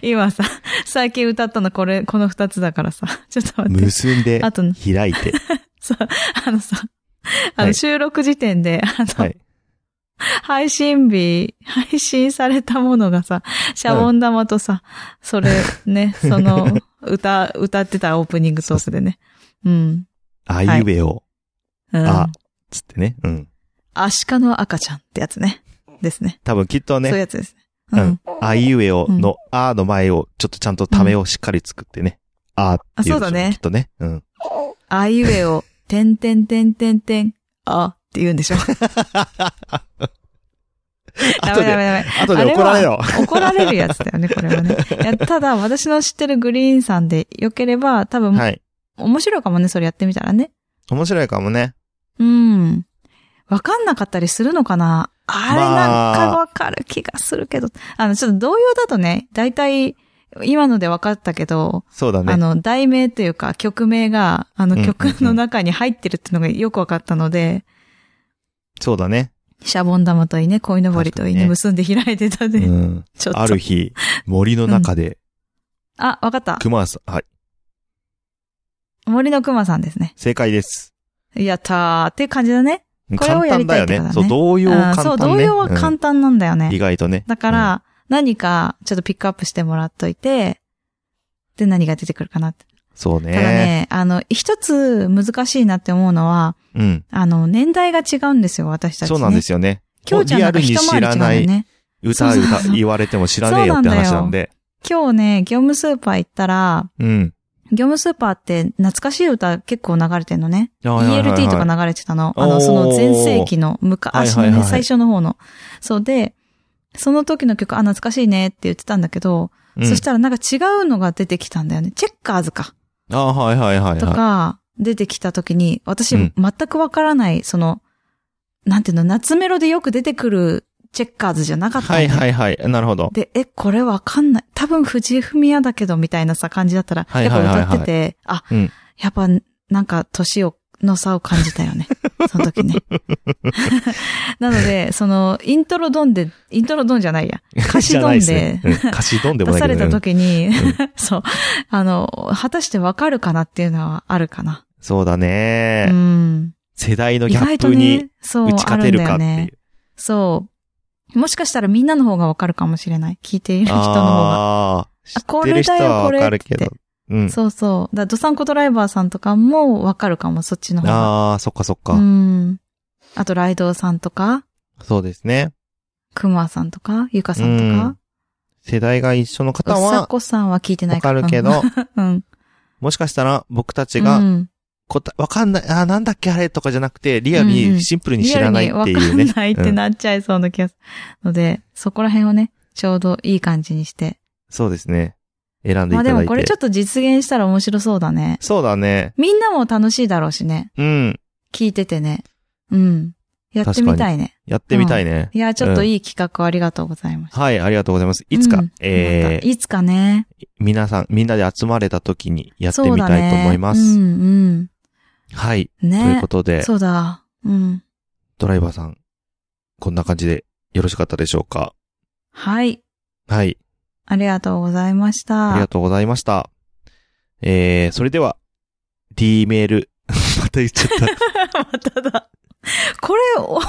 Speaker 2: 今さ、最近歌ったのこれ、この二つだからさ。ちょっと待って。
Speaker 1: 結んで
Speaker 2: あ、と、
Speaker 1: 開
Speaker 2: (laughs)
Speaker 1: いて。
Speaker 2: そう、あのさ、あ
Speaker 1: は
Speaker 2: の、
Speaker 1: い
Speaker 2: 収録時点で、あの、
Speaker 1: はい。
Speaker 2: 配信日、配信されたものがさ、シャボン玉とさ、それ、ね、その、
Speaker 1: (laughs)
Speaker 2: 歌、歌ってたオープニングソースでね。うん。
Speaker 1: あいうえを、
Speaker 2: うん、
Speaker 1: あ、つってね。うん。
Speaker 2: アシカの赤ちゃんってやつね。ですね。
Speaker 1: 多分きっと
Speaker 2: そういう
Speaker 1: ね、
Speaker 2: やつです
Speaker 1: う
Speaker 2: ね。うんん。
Speaker 1: あいうえおの、あーの前を、ちょっとちゃんとためをしっかり作ってね。あーってい
Speaker 2: あそううだ
Speaker 1: でしょ
Speaker 2: ね
Speaker 1: きっとね。うん。
Speaker 2: あいうえを、てんてんてんてんてん、あって言うん
Speaker 1: (laughs)
Speaker 2: でしょ。 (laughs) ダ
Speaker 1: 後
Speaker 2: メダ
Speaker 1: で、
Speaker 2: メダメ。
Speaker 1: 後で怒られろ。
Speaker 2: あは怒られるやつだよね、これ
Speaker 1: (laughs)
Speaker 2: はね。いや、ただ、私の知ってるグリーンさんで良ければ、多分、
Speaker 1: はい。
Speaker 2: 面白いかもね、それやってみたらね。
Speaker 1: 面白いかもね。
Speaker 2: うん。わかんなかったりするのかなあれなんかわかる気がするけど。あの、ちょっと同様だとね、大体、今のでわかったけど、
Speaker 1: そうだ
Speaker 2: あ
Speaker 1: ね。
Speaker 2: の、題名というか曲名が、あ
Speaker 1: うん
Speaker 2: の
Speaker 1: うんうん
Speaker 2: 曲の中に入ってるっていうのがよくわかったので、
Speaker 1: そうだね。
Speaker 2: シャボン玉といいね、鯉のぼりといいね、
Speaker 1: 確
Speaker 2: 結んで開いてた
Speaker 1: う
Speaker 2: ね。
Speaker 1: ん。
Speaker 2: (laughs) ちょっと。
Speaker 1: ある日、森の中で、
Speaker 2: あ、わかった。
Speaker 1: 熊さん、はい。
Speaker 2: 森の熊さんですね。
Speaker 1: 正解です。
Speaker 2: やったーって感じだね。これを
Speaker 1: 簡
Speaker 2: や
Speaker 1: 単
Speaker 2: りた
Speaker 1: だ
Speaker 2: い
Speaker 1: よ
Speaker 2: ってこと
Speaker 1: ね。
Speaker 2: だね
Speaker 1: そう、同様
Speaker 2: あ
Speaker 1: 簡
Speaker 2: ー
Speaker 1: 単
Speaker 2: そ
Speaker 1: ね。
Speaker 2: う、同様は
Speaker 1: う
Speaker 2: 簡
Speaker 1: ん
Speaker 2: 単なんだよね。
Speaker 1: 意外とね。
Speaker 2: だから、何かちょっとピックアップしてもらっといて、で何が出てくるかなって。
Speaker 1: うん、そう
Speaker 2: ただ
Speaker 1: ね。
Speaker 2: ね、あの、一つ難しいなって思うのは、
Speaker 1: うん。
Speaker 2: あの、年代が違うんですよ、私たち、ね。。
Speaker 1: そうなんですすよね。
Speaker 2: 今日ちゃんなんか
Speaker 1: リアル
Speaker 2: 一
Speaker 1: に
Speaker 2: 回
Speaker 1: 知
Speaker 2: り違
Speaker 1: ら
Speaker 2: うんだ
Speaker 1: な
Speaker 2: よ
Speaker 1: い
Speaker 2: ね。
Speaker 1: 歌
Speaker 2: そうそう
Speaker 1: 歌
Speaker 2: そう
Speaker 1: 言われても知らねえよって話なんで。
Speaker 2: 今日ね、業務スーパー行ったら、
Speaker 1: うん。
Speaker 2: 業務スーパーって懐かしい歌結構流れてんのね。
Speaker 1: はいはいはいはい
Speaker 2: ELT とか流れてたの。あ
Speaker 1: おー
Speaker 2: の、その前世紀の昔の
Speaker 1: はいはい
Speaker 2: ね、
Speaker 1: はい
Speaker 2: 最初の方の。そうで、その時の曲、あ、懐かしいねって言ってたんだけど、
Speaker 1: うん
Speaker 2: そしたらなんか違うのが出てきたんだよね。チェッカーズか。
Speaker 1: あはいはいはい
Speaker 2: と
Speaker 1: は
Speaker 2: か、出てきた時に、私
Speaker 1: うん
Speaker 2: 全くわからない、その、なんていうの、夏メロでよく出てくるチェッカーズじゃなかったん
Speaker 1: は
Speaker 2: で。
Speaker 1: いはいはい。なるほど。
Speaker 2: で、え、これわかんない。多分藤井文也だけど、みたいなさ、感じだったら、
Speaker 1: はいはいはいはい
Speaker 2: やっぱ歌ってて、あ、
Speaker 1: うん
Speaker 2: やっぱ、なんか、年を、の差を感じたよ
Speaker 1: (laughs)
Speaker 2: ね。その時ね。 (laughs) なので、その、イントロドンで、イントロドンじゃないや。歌詞ドン
Speaker 1: じゃない
Speaker 2: で、
Speaker 1: すねうん歌詞ドンでも
Speaker 2: 出
Speaker 1: ない
Speaker 2: さ
Speaker 1: けど
Speaker 2: れ
Speaker 1: ね
Speaker 2: た時に、
Speaker 1: ん
Speaker 2: (laughs) そう、あの、果たしてわかるかなっていうのはあるかな。
Speaker 1: そうだ
Speaker 2: う
Speaker 1: ね。
Speaker 2: ん。
Speaker 1: 世代の
Speaker 2: 意
Speaker 1: ギャ
Speaker 2: 外
Speaker 1: ッ
Speaker 2: と
Speaker 1: プに
Speaker 2: ね、そう、
Speaker 1: 打ち
Speaker 2: あ
Speaker 1: 勝
Speaker 2: る
Speaker 1: て
Speaker 2: ん
Speaker 1: る
Speaker 2: だ
Speaker 1: か
Speaker 2: よ
Speaker 1: っていう
Speaker 2: ね。。そう。もしかしたらみんなの方がわかるかもしれない。聞いている人の方が。
Speaker 1: ああ、知っ
Speaker 2: こ
Speaker 1: て
Speaker 2: れ
Speaker 1: る人
Speaker 2: だよ
Speaker 1: はわかるけ
Speaker 2: これっ
Speaker 1: ど。うん。
Speaker 2: そうそう。だドサンコドライバーさんとかもわかるかも、そっちの方が。
Speaker 1: ああ、そっかそっ
Speaker 2: う
Speaker 1: か。
Speaker 2: ん。あと、ライドウさんとか、
Speaker 1: そうですね。
Speaker 2: クマさんとか、ゆかさんと
Speaker 1: うん
Speaker 2: か。
Speaker 1: 世代が一緒の方
Speaker 2: うさ
Speaker 1: は
Speaker 2: こさんは聞いてな
Speaker 1: わ
Speaker 2: いか
Speaker 1: からるけ。
Speaker 2: (laughs)
Speaker 1: ど、
Speaker 2: うん。
Speaker 1: もしかしたら僕たち
Speaker 2: う
Speaker 1: が
Speaker 2: ん
Speaker 1: 答え、わかんない、あーなんだっけあれとかじゃなくて、リアル
Speaker 2: うんう
Speaker 1: に
Speaker 2: ん
Speaker 1: シンプルに
Speaker 2: リ
Speaker 1: 知
Speaker 2: アル
Speaker 1: らない
Speaker 2: に
Speaker 1: っ
Speaker 2: わ
Speaker 1: て
Speaker 2: か
Speaker 1: いうんね。
Speaker 2: ないってなっちゃいそうな気がする。ので、そこら辺をね、ちょうどいい感じにして。
Speaker 1: そうですね。選んでい
Speaker 2: ま
Speaker 1: た
Speaker 2: あで
Speaker 1: だ
Speaker 2: も
Speaker 1: い
Speaker 2: これ
Speaker 1: て
Speaker 2: ちょ。っと実現したら面白そうだね。
Speaker 1: そうだね。
Speaker 2: みんなも楽しいだろうしね。
Speaker 1: うん。
Speaker 2: 聞いててね。うん。やってみたいね。
Speaker 1: やってみたいね。
Speaker 2: いや、ちょっといい企画をありがとうございました。
Speaker 1: はい、ありがとうございます。いつか
Speaker 2: うん、ま
Speaker 1: え
Speaker 2: た
Speaker 1: ー、
Speaker 2: いつかね。
Speaker 1: 皆さん、みんなで集まれた時にやって
Speaker 2: そう
Speaker 1: み
Speaker 2: だ
Speaker 1: たい
Speaker 2: ね
Speaker 1: と思いま
Speaker 2: う
Speaker 1: す。
Speaker 2: ん
Speaker 1: はい。
Speaker 2: うん。
Speaker 1: という
Speaker 2: ね
Speaker 1: こ。とで、
Speaker 2: そうだ。うん。
Speaker 1: ドライバーさん、こんな感じでよろしかったでしょうか
Speaker 2: はい。
Speaker 1: はい。
Speaker 2: ありがとうございまし
Speaker 1: ありが
Speaker 2: た。
Speaker 1: とうございました。えー、それでは、D メール。 (laughs) また言っちゃっ
Speaker 2: (laughs) まただ。これ、多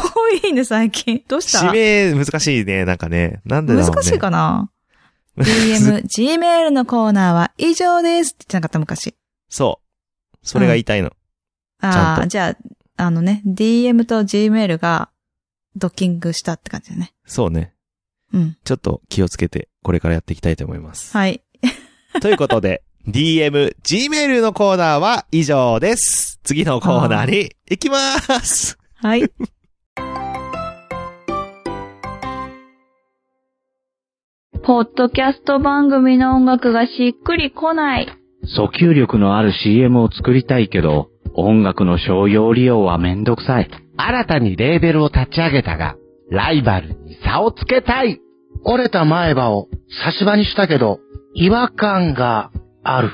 Speaker 2: いね、最近。どうした
Speaker 1: た。指名難しいね、なんかね。なんでだろうね。
Speaker 2: 難しいかな
Speaker 1: む
Speaker 2: ?DM、Gmail のコーナーは以上ですって言ってなかった昔。
Speaker 1: (laughs) そう。それが言いたいの。
Speaker 2: あ
Speaker 1: ちゃん
Speaker 2: あ、
Speaker 1: と
Speaker 2: じゃあ、あのね、DM と Gmail がドッキングしたって感じだね。
Speaker 1: そうね。
Speaker 2: うん。
Speaker 1: ちょっと気をつけて、これからやっていきたいと思い
Speaker 2: (laughs)
Speaker 1: ます。
Speaker 2: はい。
Speaker 1: ということで、DM、Gmail のコーナーは以上です。次のコーナーに行きまーす。 (laughs)
Speaker 2: はい。
Speaker 5: ポッドキャスト番組の音楽がしっくりこない。
Speaker 6: 訴求力のある CM を作りたいけど、音楽の商用利用はめんどくさい。
Speaker 7: 新たにレーベルを立ち上げたが、ライバルに差をつけたい折れた前歯を差し歯にしたけど、違和感がある。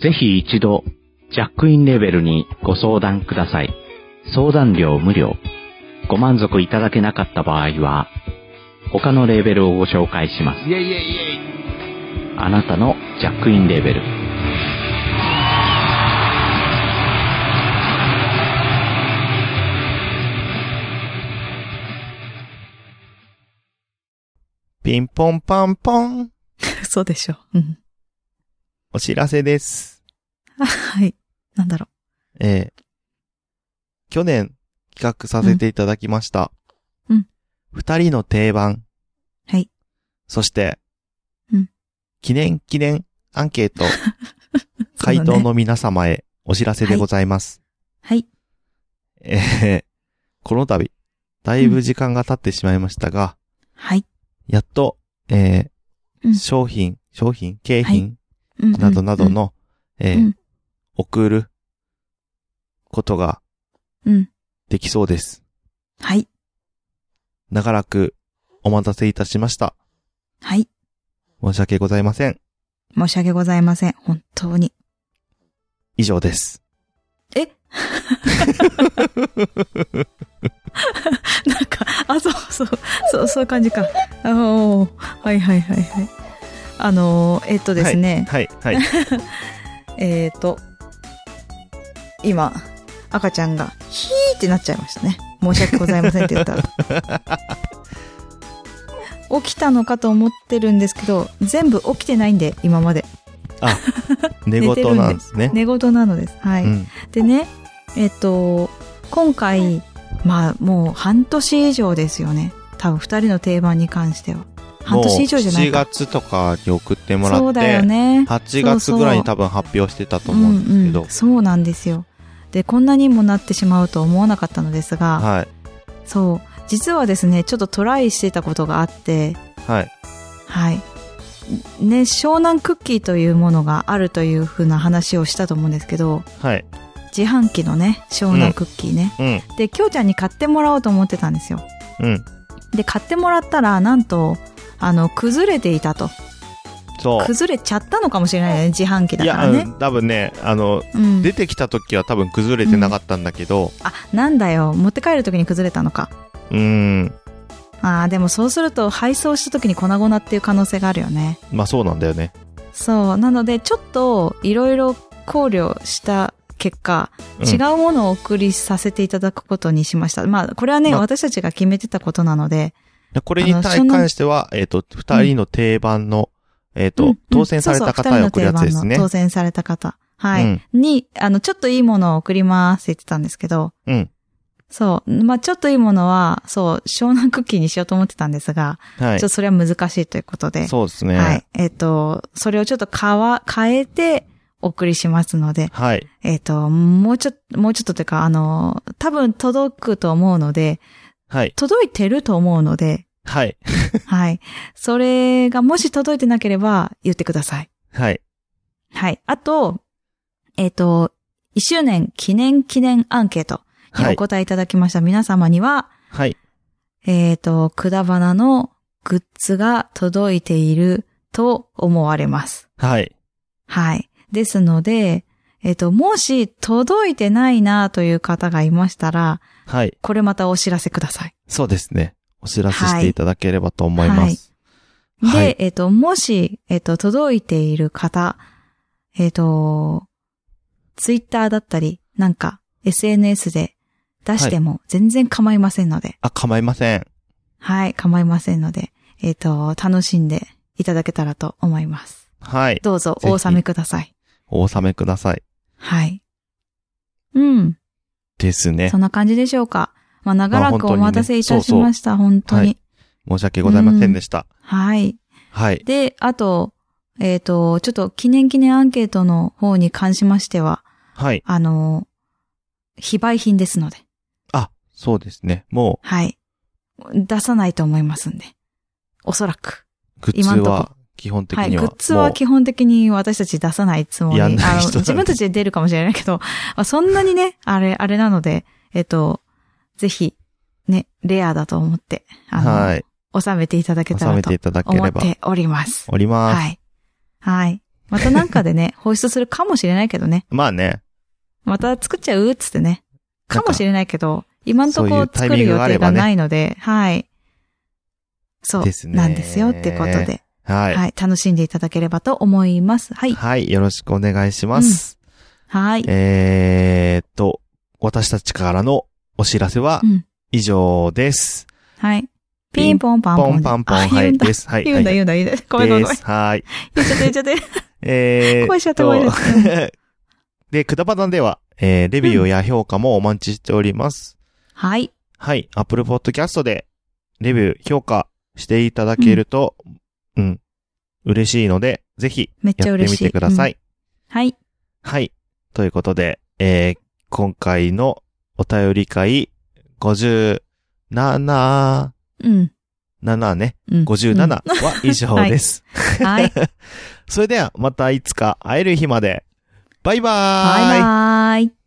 Speaker 6: ぜひ一度、ジャックインレベルにご相談ください。相談料無料。ご満足いただけなかった場合は、他のレーベルをご紹介します。
Speaker 7: イェイイェイイェイ
Speaker 6: あなたのジャックインレベル。
Speaker 1: ピンポンパンポン。
Speaker 2: そうでしょ。うん。
Speaker 1: お知らせです。
Speaker 2: はい。なんだろ
Speaker 1: えー去年企画させていただきました。
Speaker 2: うんうん
Speaker 1: 二人の定番。
Speaker 2: はい。
Speaker 1: そして、
Speaker 2: うん
Speaker 1: 記念記念アンケー
Speaker 2: (laughs)
Speaker 1: ト
Speaker 2: う。
Speaker 1: 回答
Speaker 2: そうだね
Speaker 1: の皆様へお知らせでございます。
Speaker 2: はい。
Speaker 1: えーこの度、だいぶ時間が経ってしまいましたが、
Speaker 2: はい。
Speaker 1: やっと、えー
Speaker 2: うん
Speaker 1: 商品、商品、景品
Speaker 2: うん
Speaker 1: などなど。の、えー
Speaker 2: うん
Speaker 1: 送ることが
Speaker 2: うんうん。
Speaker 1: できそうです。
Speaker 2: はい。
Speaker 1: 長らくお待たせいたしました。
Speaker 2: はい。
Speaker 1: 申し訳ございません。
Speaker 2: 申し訳ございません。本当に。
Speaker 1: 以上です。
Speaker 2: えなんか、あ、そうそう、そう、そういう感じか。あおーはいはいはいはい。あのーえっとですね、
Speaker 1: はい、はい。
Speaker 2: (laughs) えっと、今、赤ちゃんが、ヒーってなっちゃいましたね。申し訳ございませんって言ったら。
Speaker 1: (laughs)
Speaker 2: 起きたのかと思ってるんですけど、全部起きてないんで、今まで。
Speaker 1: 寝
Speaker 2: 寝て
Speaker 1: 言
Speaker 2: るんで
Speaker 1: なんですね。
Speaker 2: 寝言なのです。はい。
Speaker 1: うん。
Speaker 2: でね、えっと、今回、まあもう半年以上ですよね。多分二人の定番に関しては。半年以上じゃな
Speaker 1: もう
Speaker 2: い
Speaker 1: 7
Speaker 2: か。
Speaker 1: 月とかに送ってもらって、
Speaker 2: そうだよね。
Speaker 1: 8月ぐらいに多分発表してたと思うんですけど、
Speaker 2: うんうんそうなんですよ。で、こんなにもなってしまうとは思わなかったのですが、
Speaker 1: はい、
Speaker 2: そう。実はですね、ちょっとトライしてたことがあって、
Speaker 1: はい。
Speaker 2: はい。ね、湘南クッキーというものがあるというふうな話をしたと思うんですけど、
Speaker 1: はい。
Speaker 2: 自販機のね、湘南クッキーね。
Speaker 1: うん。
Speaker 2: で、きょうちゃんに買ってもらおうと思ってたんですよ。
Speaker 1: うん。
Speaker 2: で、買ってもらったら、なんと、あの、崩れていたと。
Speaker 1: そう。
Speaker 2: 崩れちゃったのかもしれないよね、自販機だ
Speaker 1: い
Speaker 2: から
Speaker 1: や、う
Speaker 2: ね。
Speaker 1: ん多分ね、あの、
Speaker 2: うん。
Speaker 1: 出てきた時は多分崩れてなかったんだけど、
Speaker 2: あ、なんだよ。持って帰るときに崩れたのか。
Speaker 1: うーん、
Speaker 2: ああ、でもそうすると、配送したときに粉々っていう可能性があるよね。
Speaker 1: まあそうなんだよね。
Speaker 2: そう。なので、ちょっと、いろいろ考慮した結果、
Speaker 1: うん
Speaker 2: 違うものをお送りさせていただくことにしました。まあ、これはね、
Speaker 1: まあ
Speaker 2: 私たちが決めてたことなので、
Speaker 1: でこれに
Speaker 2: あの
Speaker 1: 対
Speaker 2: そんな
Speaker 1: 関しては、えっ、と、二人の定番の、えっ、と、
Speaker 2: うんうん
Speaker 1: 当選された方へ送るやつですね。
Speaker 2: そうそう二人の定番の当選された方。はい。
Speaker 1: うん
Speaker 2: に、あの、ちょっといいものを送りますって言ってたんですけど、
Speaker 1: うん。
Speaker 2: そう。まあ、ちょっといいものは、そう、湘南クッキーにしようと思ってたんですが、
Speaker 1: は
Speaker 2: ちょっとそれは難しいということで。
Speaker 1: い。そうですね。
Speaker 2: はい。えっ、と、それをちょっと変わ、変えて、お送りしますので、
Speaker 1: はい。
Speaker 2: えっ、と、もうちょっと、もうちょっとというか、あの、多分届くと思うので、
Speaker 1: はい。
Speaker 2: 届いてると思う
Speaker 1: (laughs)
Speaker 2: ので、
Speaker 1: はい。
Speaker 2: はい。それがもし届いてなければ言ってください。
Speaker 1: はい。
Speaker 2: はい。あと、えっ、と、1周年記念記念アンケートに
Speaker 1: は
Speaker 2: お
Speaker 1: い。
Speaker 2: 答えいただきました皆様には、
Speaker 1: はい。
Speaker 2: えっ、と、くだばなのグッズが届いていると思われます。
Speaker 1: はい。
Speaker 2: はい。ですので、えっ、と、もし届いてないなという方がいましたら、
Speaker 1: はい。
Speaker 2: これまたお知らせください。
Speaker 1: そうですね。お知らせしていただければと思います。
Speaker 2: で、
Speaker 1: はい
Speaker 2: えっ、と、もし、えっ、と、届いている方、えっ、と、ツイッターだったり、なんか、SNS で出しても全然構いませんので、
Speaker 1: あ、構いません。
Speaker 2: はい、構いませんので、えっ、と、楽しんでいただけたらと思います。
Speaker 1: はい。
Speaker 2: どうぞ、
Speaker 1: ぜひ
Speaker 2: お納めください。
Speaker 1: お納めください。
Speaker 2: はい。うん、
Speaker 1: ですね
Speaker 2: そ。んな感じでしょうか。まあ、長ら
Speaker 1: まあ本
Speaker 2: く
Speaker 1: 当に
Speaker 2: お
Speaker 1: ね
Speaker 2: 待たせいたし
Speaker 1: そうそう
Speaker 2: ました、本当に。
Speaker 1: 申し訳ございませんでした。
Speaker 2: はい。
Speaker 1: はい。
Speaker 2: で、あと、えっ、と、ちょっと記念記念アンケートの方に関しましては、
Speaker 1: はい。
Speaker 2: あの、非売品ですので、
Speaker 1: あ、そうですね。も
Speaker 2: はい。出さないと思いますんで。おそらく。
Speaker 1: う、グッズ
Speaker 2: 今んとこ
Speaker 1: は、基本的
Speaker 2: はい。
Speaker 1: に
Speaker 2: グ
Speaker 1: は。
Speaker 2: ッズは
Speaker 1: もう
Speaker 2: 基本的に私たち出さないつもり。
Speaker 1: やんない人な
Speaker 2: あ
Speaker 1: ん
Speaker 2: の
Speaker 1: で
Speaker 2: 自分たちで出るかもしれないけど、まあ、そんなにね、あれ、あれなので、えっ、と、ぜひ、ね、レアだと思って、あの、
Speaker 1: はい。
Speaker 2: 収めていただけた
Speaker 1: 収
Speaker 2: ら
Speaker 1: め
Speaker 2: と
Speaker 1: ていただけ
Speaker 2: 思っ
Speaker 1: れば。
Speaker 2: ております。
Speaker 1: おります。
Speaker 2: はい。はい。またなんかでね、 (laughs) 放出するかもしれないけどね。
Speaker 1: まあね。
Speaker 2: また作っちゃうっつってね。
Speaker 1: なん
Speaker 2: か
Speaker 1: か
Speaker 2: もしれないけど、今んと
Speaker 1: そうい
Speaker 2: こ
Speaker 1: うタイ
Speaker 2: 作
Speaker 1: ミン
Speaker 2: る
Speaker 1: グ
Speaker 2: 予
Speaker 1: があれ
Speaker 2: 定
Speaker 1: ば
Speaker 2: が
Speaker 1: ね
Speaker 2: ないので、はい。そう。
Speaker 1: ですね
Speaker 2: なんですよってことで、
Speaker 1: は
Speaker 2: はい、
Speaker 1: い。
Speaker 2: 楽しんでいただければと思います。はい。
Speaker 1: はい。よろしくお願いします。
Speaker 2: はい。
Speaker 1: えーっと、私たちからのお知らせは
Speaker 2: うん。
Speaker 1: 以上です。
Speaker 2: はい。ピンポンパンポン。
Speaker 1: ポンパンポン。
Speaker 2: あ
Speaker 1: は
Speaker 2: 言うん
Speaker 1: い。
Speaker 2: だ
Speaker 1: で。す。はい。
Speaker 2: 言うんだ、
Speaker 1: はい
Speaker 2: 言うんだ、言うんだ。ごめんごめん
Speaker 1: で
Speaker 2: ごめん
Speaker 1: す。。はい。
Speaker 2: 言っちゃって言っちゃって。
Speaker 1: えーっと
Speaker 2: 声しちゃった声しちゃっ
Speaker 1: (laughs) で、くだばなでは、えーレビューや評価もお待ちしております。
Speaker 2: はい。
Speaker 1: はい。Apple Podcast で、レビュー、評価していただけると、うん。嬉しいので、ぜひ、
Speaker 2: めっ
Speaker 1: (laughs)
Speaker 2: ち
Speaker 1: や
Speaker 2: ゃ
Speaker 1: って
Speaker 2: 嬉
Speaker 1: み
Speaker 2: しい。
Speaker 1: てください。
Speaker 2: うんはい。
Speaker 1: はい。ということで、えー今回のお便り会57、7
Speaker 2: うん。
Speaker 1: ね、
Speaker 2: うん。
Speaker 1: 57は以上です。
Speaker 2: う
Speaker 1: (laughs)
Speaker 2: ん。 (laughs) はい。
Speaker 1: それではまたいつか会える日まで。バイバー
Speaker 2: バイバーイ。